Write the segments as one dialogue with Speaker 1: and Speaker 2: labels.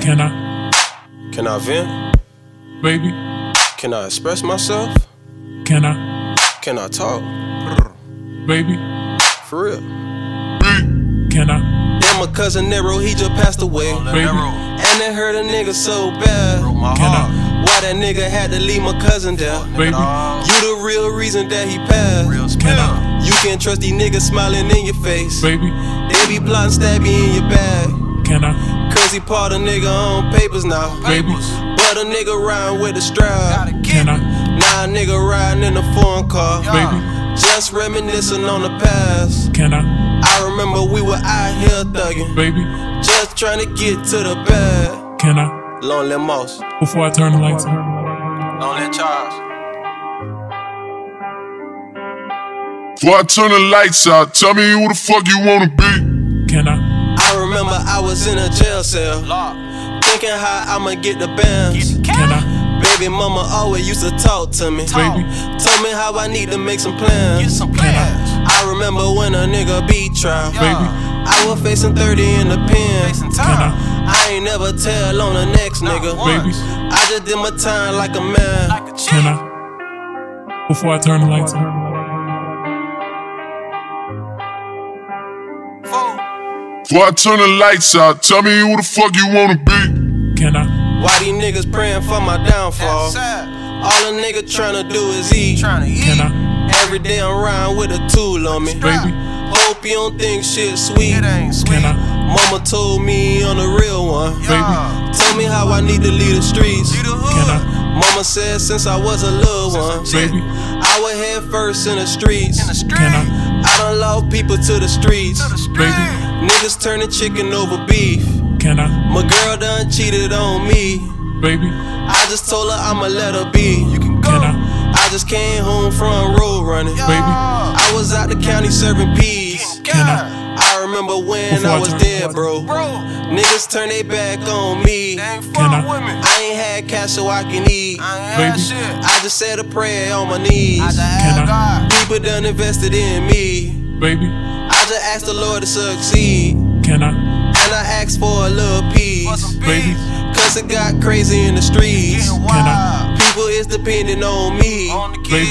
Speaker 1: Can I,
Speaker 2: Can I vent?
Speaker 1: baby?
Speaker 2: Can I express myself?
Speaker 1: Can I,
Speaker 2: Can I talk?
Speaker 1: baby?
Speaker 2: For real.
Speaker 1: Can I,
Speaker 2: Yeah, my cousin Nero, he just passed away.
Speaker 1: baby?
Speaker 2: And it hurt a nigga so bad.
Speaker 1: Can I,
Speaker 2: Why that nigga had to leave my cousin there?
Speaker 1: baby?
Speaker 2: You the real reason that he passed.
Speaker 1: Can I,
Speaker 2: You can't trust these niggas smiling in your face.
Speaker 1: baby?
Speaker 2: They be plotting, stab you in your bag.
Speaker 1: Can I,
Speaker 2: Cause he part a nigga on papers now.
Speaker 1: baby?
Speaker 2: But a nigga riding with a strap.
Speaker 1: Can I,
Speaker 2: Now a nigga riding in a foreign car.
Speaker 1: baby?
Speaker 2: Just reminiscing on the past.
Speaker 1: Can I,
Speaker 2: I remember we were out here thugging.
Speaker 1: baby?
Speaker 2: Just trying to get to the bag.
Speaker 1: Can I?
Speaker 2: Lonely Moss.
Speaker 1: Before I turn the lights on.
Speaker 2: Lonely Charles.
Speaker 3: Before I turn the lights out, tell me who the fuck you wanna be.
Speaker 1: Can I,
Speaker 2: I remember I was in a jail cell. Thinking how I'ma get the bands.
Speaker 1: can I,
Speaker 2: Baby mama always used to talk to me.
Speaker 1: baby?
Speaker 2: Tell me how I need to make some plans.
Speaker 1: Can I,
Speaker 2: I remember when a nigga beat trial.
Speaker 1: baby?
Speaker 2: I was facing 30 in the pen.
Speaker 1: Can I,
Speaker 2: I ain't never tell on the next nigga.
Speaker 1: baby?
Speaker 2: I just did my time like a man.
Speaker 1: Can I? Before I turn the lights on.
Speaker 3: Before I turn the lights out, tell me who the fuck you wanna be.
Speaker 1: Can I,
Speaker 2: Why these niggas praying for my downfall? All a nigga tryna do is eat.
Speaker 1: can I,
Speaker 2: Every day I'm riding with a tool on me.
Speaker 1: baby?
Speaker 2: Hope you don't think shit sweet.
Speaker 1: Can I,
Speaker 2: Mama told me on the real one.
Speaker 1: baby?
Speaker 2: Told me how I need to leave the streets.
Speaker 1: Can I,
Speaker 2: Mama said since I was a little one,
Speaker 1: baby?
Speaker 2: I was head first in the streets.
Speaker 1: Can I,
Speaker 2: I done lost people to the streets.
Speaker 1: baby?
Speaker 2: Niggas turning chicken over beef.
Speaker 1: Can I,
Speaker 2: My girl done cheated on me.
Speaker 1: baby?
Speaker 2: I just told her I'ma let her be.
Speaker 1: Can I,
Speaker 2: I just came home from road running.
Speaker 1: baby?
Speaker 2: I was out the county serving peas.
Speaker 1: Can I,
Speaker 2: I remember when
Speaker 1: Before I
Speaker 2: I was
Speaker 1: turn-
Speaker 2: dead, bro. Niggas turn their back on me.
Speaker 1: can I,
Speaker 2: I ain't had cash so I can eat.
Speaker 1: baby?
Speaker 2: I just said a prayer on my knees.
Speaker 1: Can I,
Speaker 2: People done invested in me.
Speaker 1: baby?
Speaker 2: I just asked the Lord to succeed.
Speaker 1: Can I,
Speaker 2: And I asked for a little peace.
Speaker 1: baby?
Speaker 2: Cause it got crazy in the streets.
Speaker 1: Can I,
Speaker 2: People is depending on me.
Speaker 1: baby?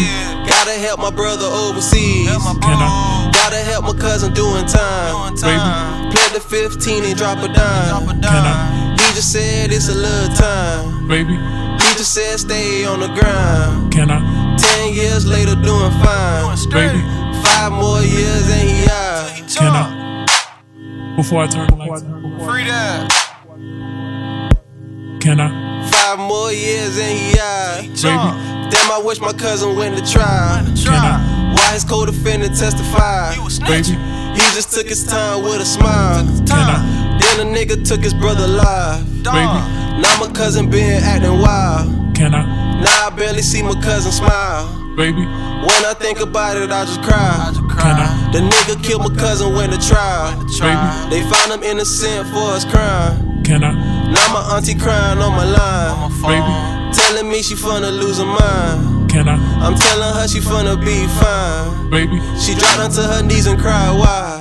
Speaker 2: Gotta help my brother overseas.
Speaker 1: Can I,
Speaker 2: Gotta help my cousin doing time.
Speaker 1: baby?
Speaker 2: Play the 15 and drop a dime.
Speaker 1: Can I,
Speaker 2: He just said it's a little time.
Speaker 1: baby?
Speaker 2: He just said stay on the grind.
Speaker 1: Can I,
Speaker 2: Ten years later, doing fine.
Speaker 1: baby?
Speaker 2: Five more years and he out.
Speaker 1: Can I? Before I turn the lights on.
Speaker 2: Free that.
Speaker 1: Can I,
Speaker 2: Five more years and he out.
Speaker 1: baby?
Speaker 2: Damn, I wish my cousin went to trial.
Speaker 1: Can I,
Speaker 2: Why his co-defendant testified?
Speaker 1: baby?
Speaker 2: He just took his time with a smile.
Speaker 1: Can I,
Speaker 2: Then a nigga took his brother live.
Speaker 1: baby?
Speaker 2: Now my cousin been acting wild.
Speaker 1: Can I,
Speaker 2: Now I barely see my cousin smile.
Speaker 1: baby?
Speaker 2: When I think about it, I just cry.
Speaker 1: Can I,
Speaker 2: The nigga killed my cousin when the trial.
Speaker 1: baby?
Speaker 2: They found him innocent for his crime.
Speaker 1: Can I,
Speaker 2: Now my auntie crying on my line.
Speaker 1: baby?
Speaker 2: Telling me she finna lose her mind.
Speaker 1: Can I,
Speaker 2: I'm telling her she finna be fine.
Speaker 1: baby?
Speaker 2: She dropped onto her knees and cried, why?